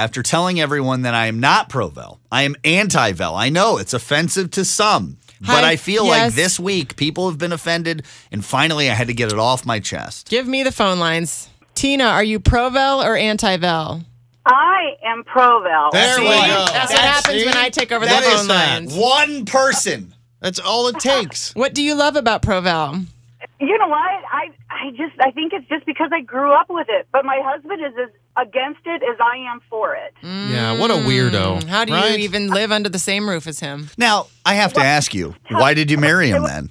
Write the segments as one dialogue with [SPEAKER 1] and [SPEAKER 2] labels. [SPEAKER 1] after telling everyone that I am not pro Vel. I am anti Vel. I know it's offensive to some, but
[SPEAKER 2] Hi,
[SPEAKER 1] I feel
[SPEAKER 2] yes.
[SPEAKER 1] like this week people have been offended, and finally I had to get it off my chest.
[SPEAKER 2] Give me the phone lines. Tina, are you pro Vel or anti Vel?
[SPEAKER 3] I am Provel.
[SPEAKER 4] There we go.
[SPEAKER 2] That's, what happens
[SPEAKER 4] see?
[SPEAKER 2] when I take over
[SPEAKER 4] That
[SPEAKER 2] the
[SPEAKER 4] is
[SPEAKER 2] phone
[SPEAKER 4] that.
[SPEAKER 2] lines.
[SPEAKER 1] One person.
[SPEAKER 4] That's all it takes.
[SPEAKER 2] What do you love about pro Vel?
[SPEAKER 3] You know what? I I just I think it's just because I grew up with it, but my husband is as against it as I am for it.
[SPEAKER 4] Mm. Yeah, what a weirdo.
[SPEAKER 2] Mm, How do
[SPEAKER 4] right?
[SPEAKER 2] you even live under the same roof as him?
[SPEAKER 1] Now, I have to ask you, why did you marry him then?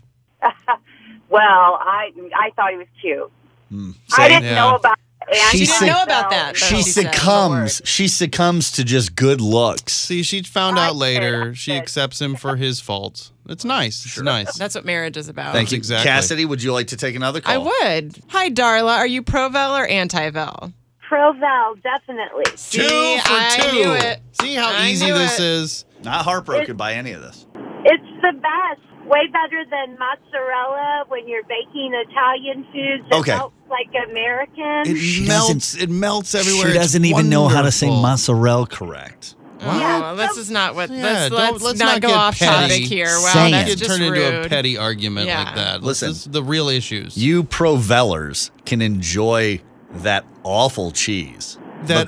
[SPEAKER 3] Well, I I thought he was cute. I
[SPEAKER 1] Same.
[SPEAKER 3] didn't
[SPEAKER 4] Mm. Yeah.
[SPEAKER 3] know about. And
[SPEAKER 1] She
[SPEAKER 2] She didn't
[SPEAKER 1] said-
[SPEAKER 2] know about that. though,
[SPEAKER 1] She
[SPEAKER 2] said.
[SPEAKER 1] succumbs. She succumbs to just good looks.
[SPEAKER 4] See, she found
[SPEAKER 3] I
[SPEAKER 4] out later.
[SPEAKER 3] said-
[SPEAKER 4] She accepts him for his faults. It's nice. It's nice.
[SPEAKER 2] That's what marriage is about.
[SPEAKER 1] Thank you,
[SPEAKER 4] Exactly.
[SPEAKER 1] Cassidy. Would you like to take another call?
[SPEAKER 2] I would. Hi, Darla. Are you pro Vel or anti Vel?
[SPEAKER 3] Provel, definitely.
[SPEAKER 4] two for
[SPEAKER 2] See, I
[SPEAKER 4] two.
[SPEAKER 2] knew it.
[SPEAKER 4] See how
[SPEAKER 2] I
[SPEAKER 4] easy
[SPEAKER 2] knew
[SPEAKER 4] this
[SPEAKER 2] it.
[SPEAKER 4] is.
[SPEAKER 1] Not heartbroken by any of this.
[SPEAKER 5] It's the best. Way better than mozzarella when you're baking Italian foods. It
[SPEAKER 1] Okay.
[SPEAKER 5] melts like American.
[SPEAKER 4] It melts. It melts everywhere.
[SPEAKER 1] She
[SPEAKER 4] It's
[SPEAKER 1] doesn't even know how to say
[SPEAKER 4] wonderful.
[SPEAKER 1] mozzarella correct.
[SPEAKER 2] Wow. Oh, this is not what.
[SPEAKER 4] Yeah,
[SPEAKER 2] let's,
[SPEAKER 4] don't-
[SPEAKER 2] let's,
[SPEAKER 4] let's
[SPEAKER 2] not,
[SPEAKER 4] not
[SPEAKER 2] go
[SPEAKER 4] get
[SPEAKER 2] off
[SPEAKER 4] petty.
[SPEAKER 2] topic here. Wow,
[SPEAKER 1] Saying
[SPEAKER 2] that's
[SPEAKER 1] it.
[SPEAKER 4] It
[SPEAKER 2] just
[SPEAKER 4] turned
[SPEAKER 2] rude.
[SPEAKER 4] into a petty argument
[SPEAKER 2] Yeah.
[SPEAKER 4] like that.
[SPEAKER 1] Listen.
[SPEAKER 4] this is the real issues.
[SPEAKER 1] You provellers can enjoy that awful cheese.
[SPEAKER 4] That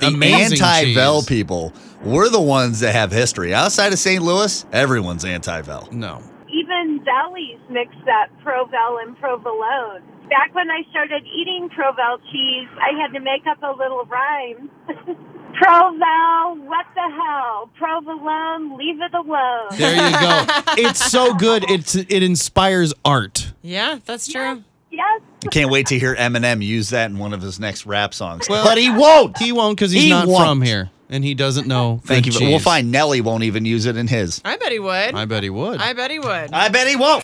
[SPEAKER 1] but the
[SPEAKER 4] amazing
[SPEAKER 1] anti-Vel
[SPEAKER 4] cheese.
[SPEAKER 1] people, we're the ones that have history. Outside of St. Louis, everyone's anti-Vel.
[SPEAKER 4] no.
[SPEAKER 5] Even Zellies mix up Provel and Provolone. Back when I started eating Provel cheese, I had to make up a little rhyme. Provel, what the hell? Provolone, leave it alone.
[SPEAKER 4] There you go. it's so good. It's it inspires art.
[SPEAKER 2] Yeah, that's true.
[SPEAKER 5] yes,
[SPEAKER 1] I can't wait to hear Eminem use that in one of his next rap songs. but he won't.
[SPEAKER 4] He won't because he's
[SPEAKER 1] He
[SPEAKER 4] not from
[SPEAKER 1] won't.
[SPEAKER 4] here and he doesn't know.
[SPEAKER 1] Thank you.
[SPEAKER 4] good
[SPEAKER 1] We'll
[SPEAKER 4] cheese.
[SPEAKER 1] find Nelly won't even use it in his.
[SPEAKER 2] I bet he would.
[SPEAKER 4] I bet he would.
[SPEAKER 2] I bet he would.
[SPEAKER 1] I bet he won't.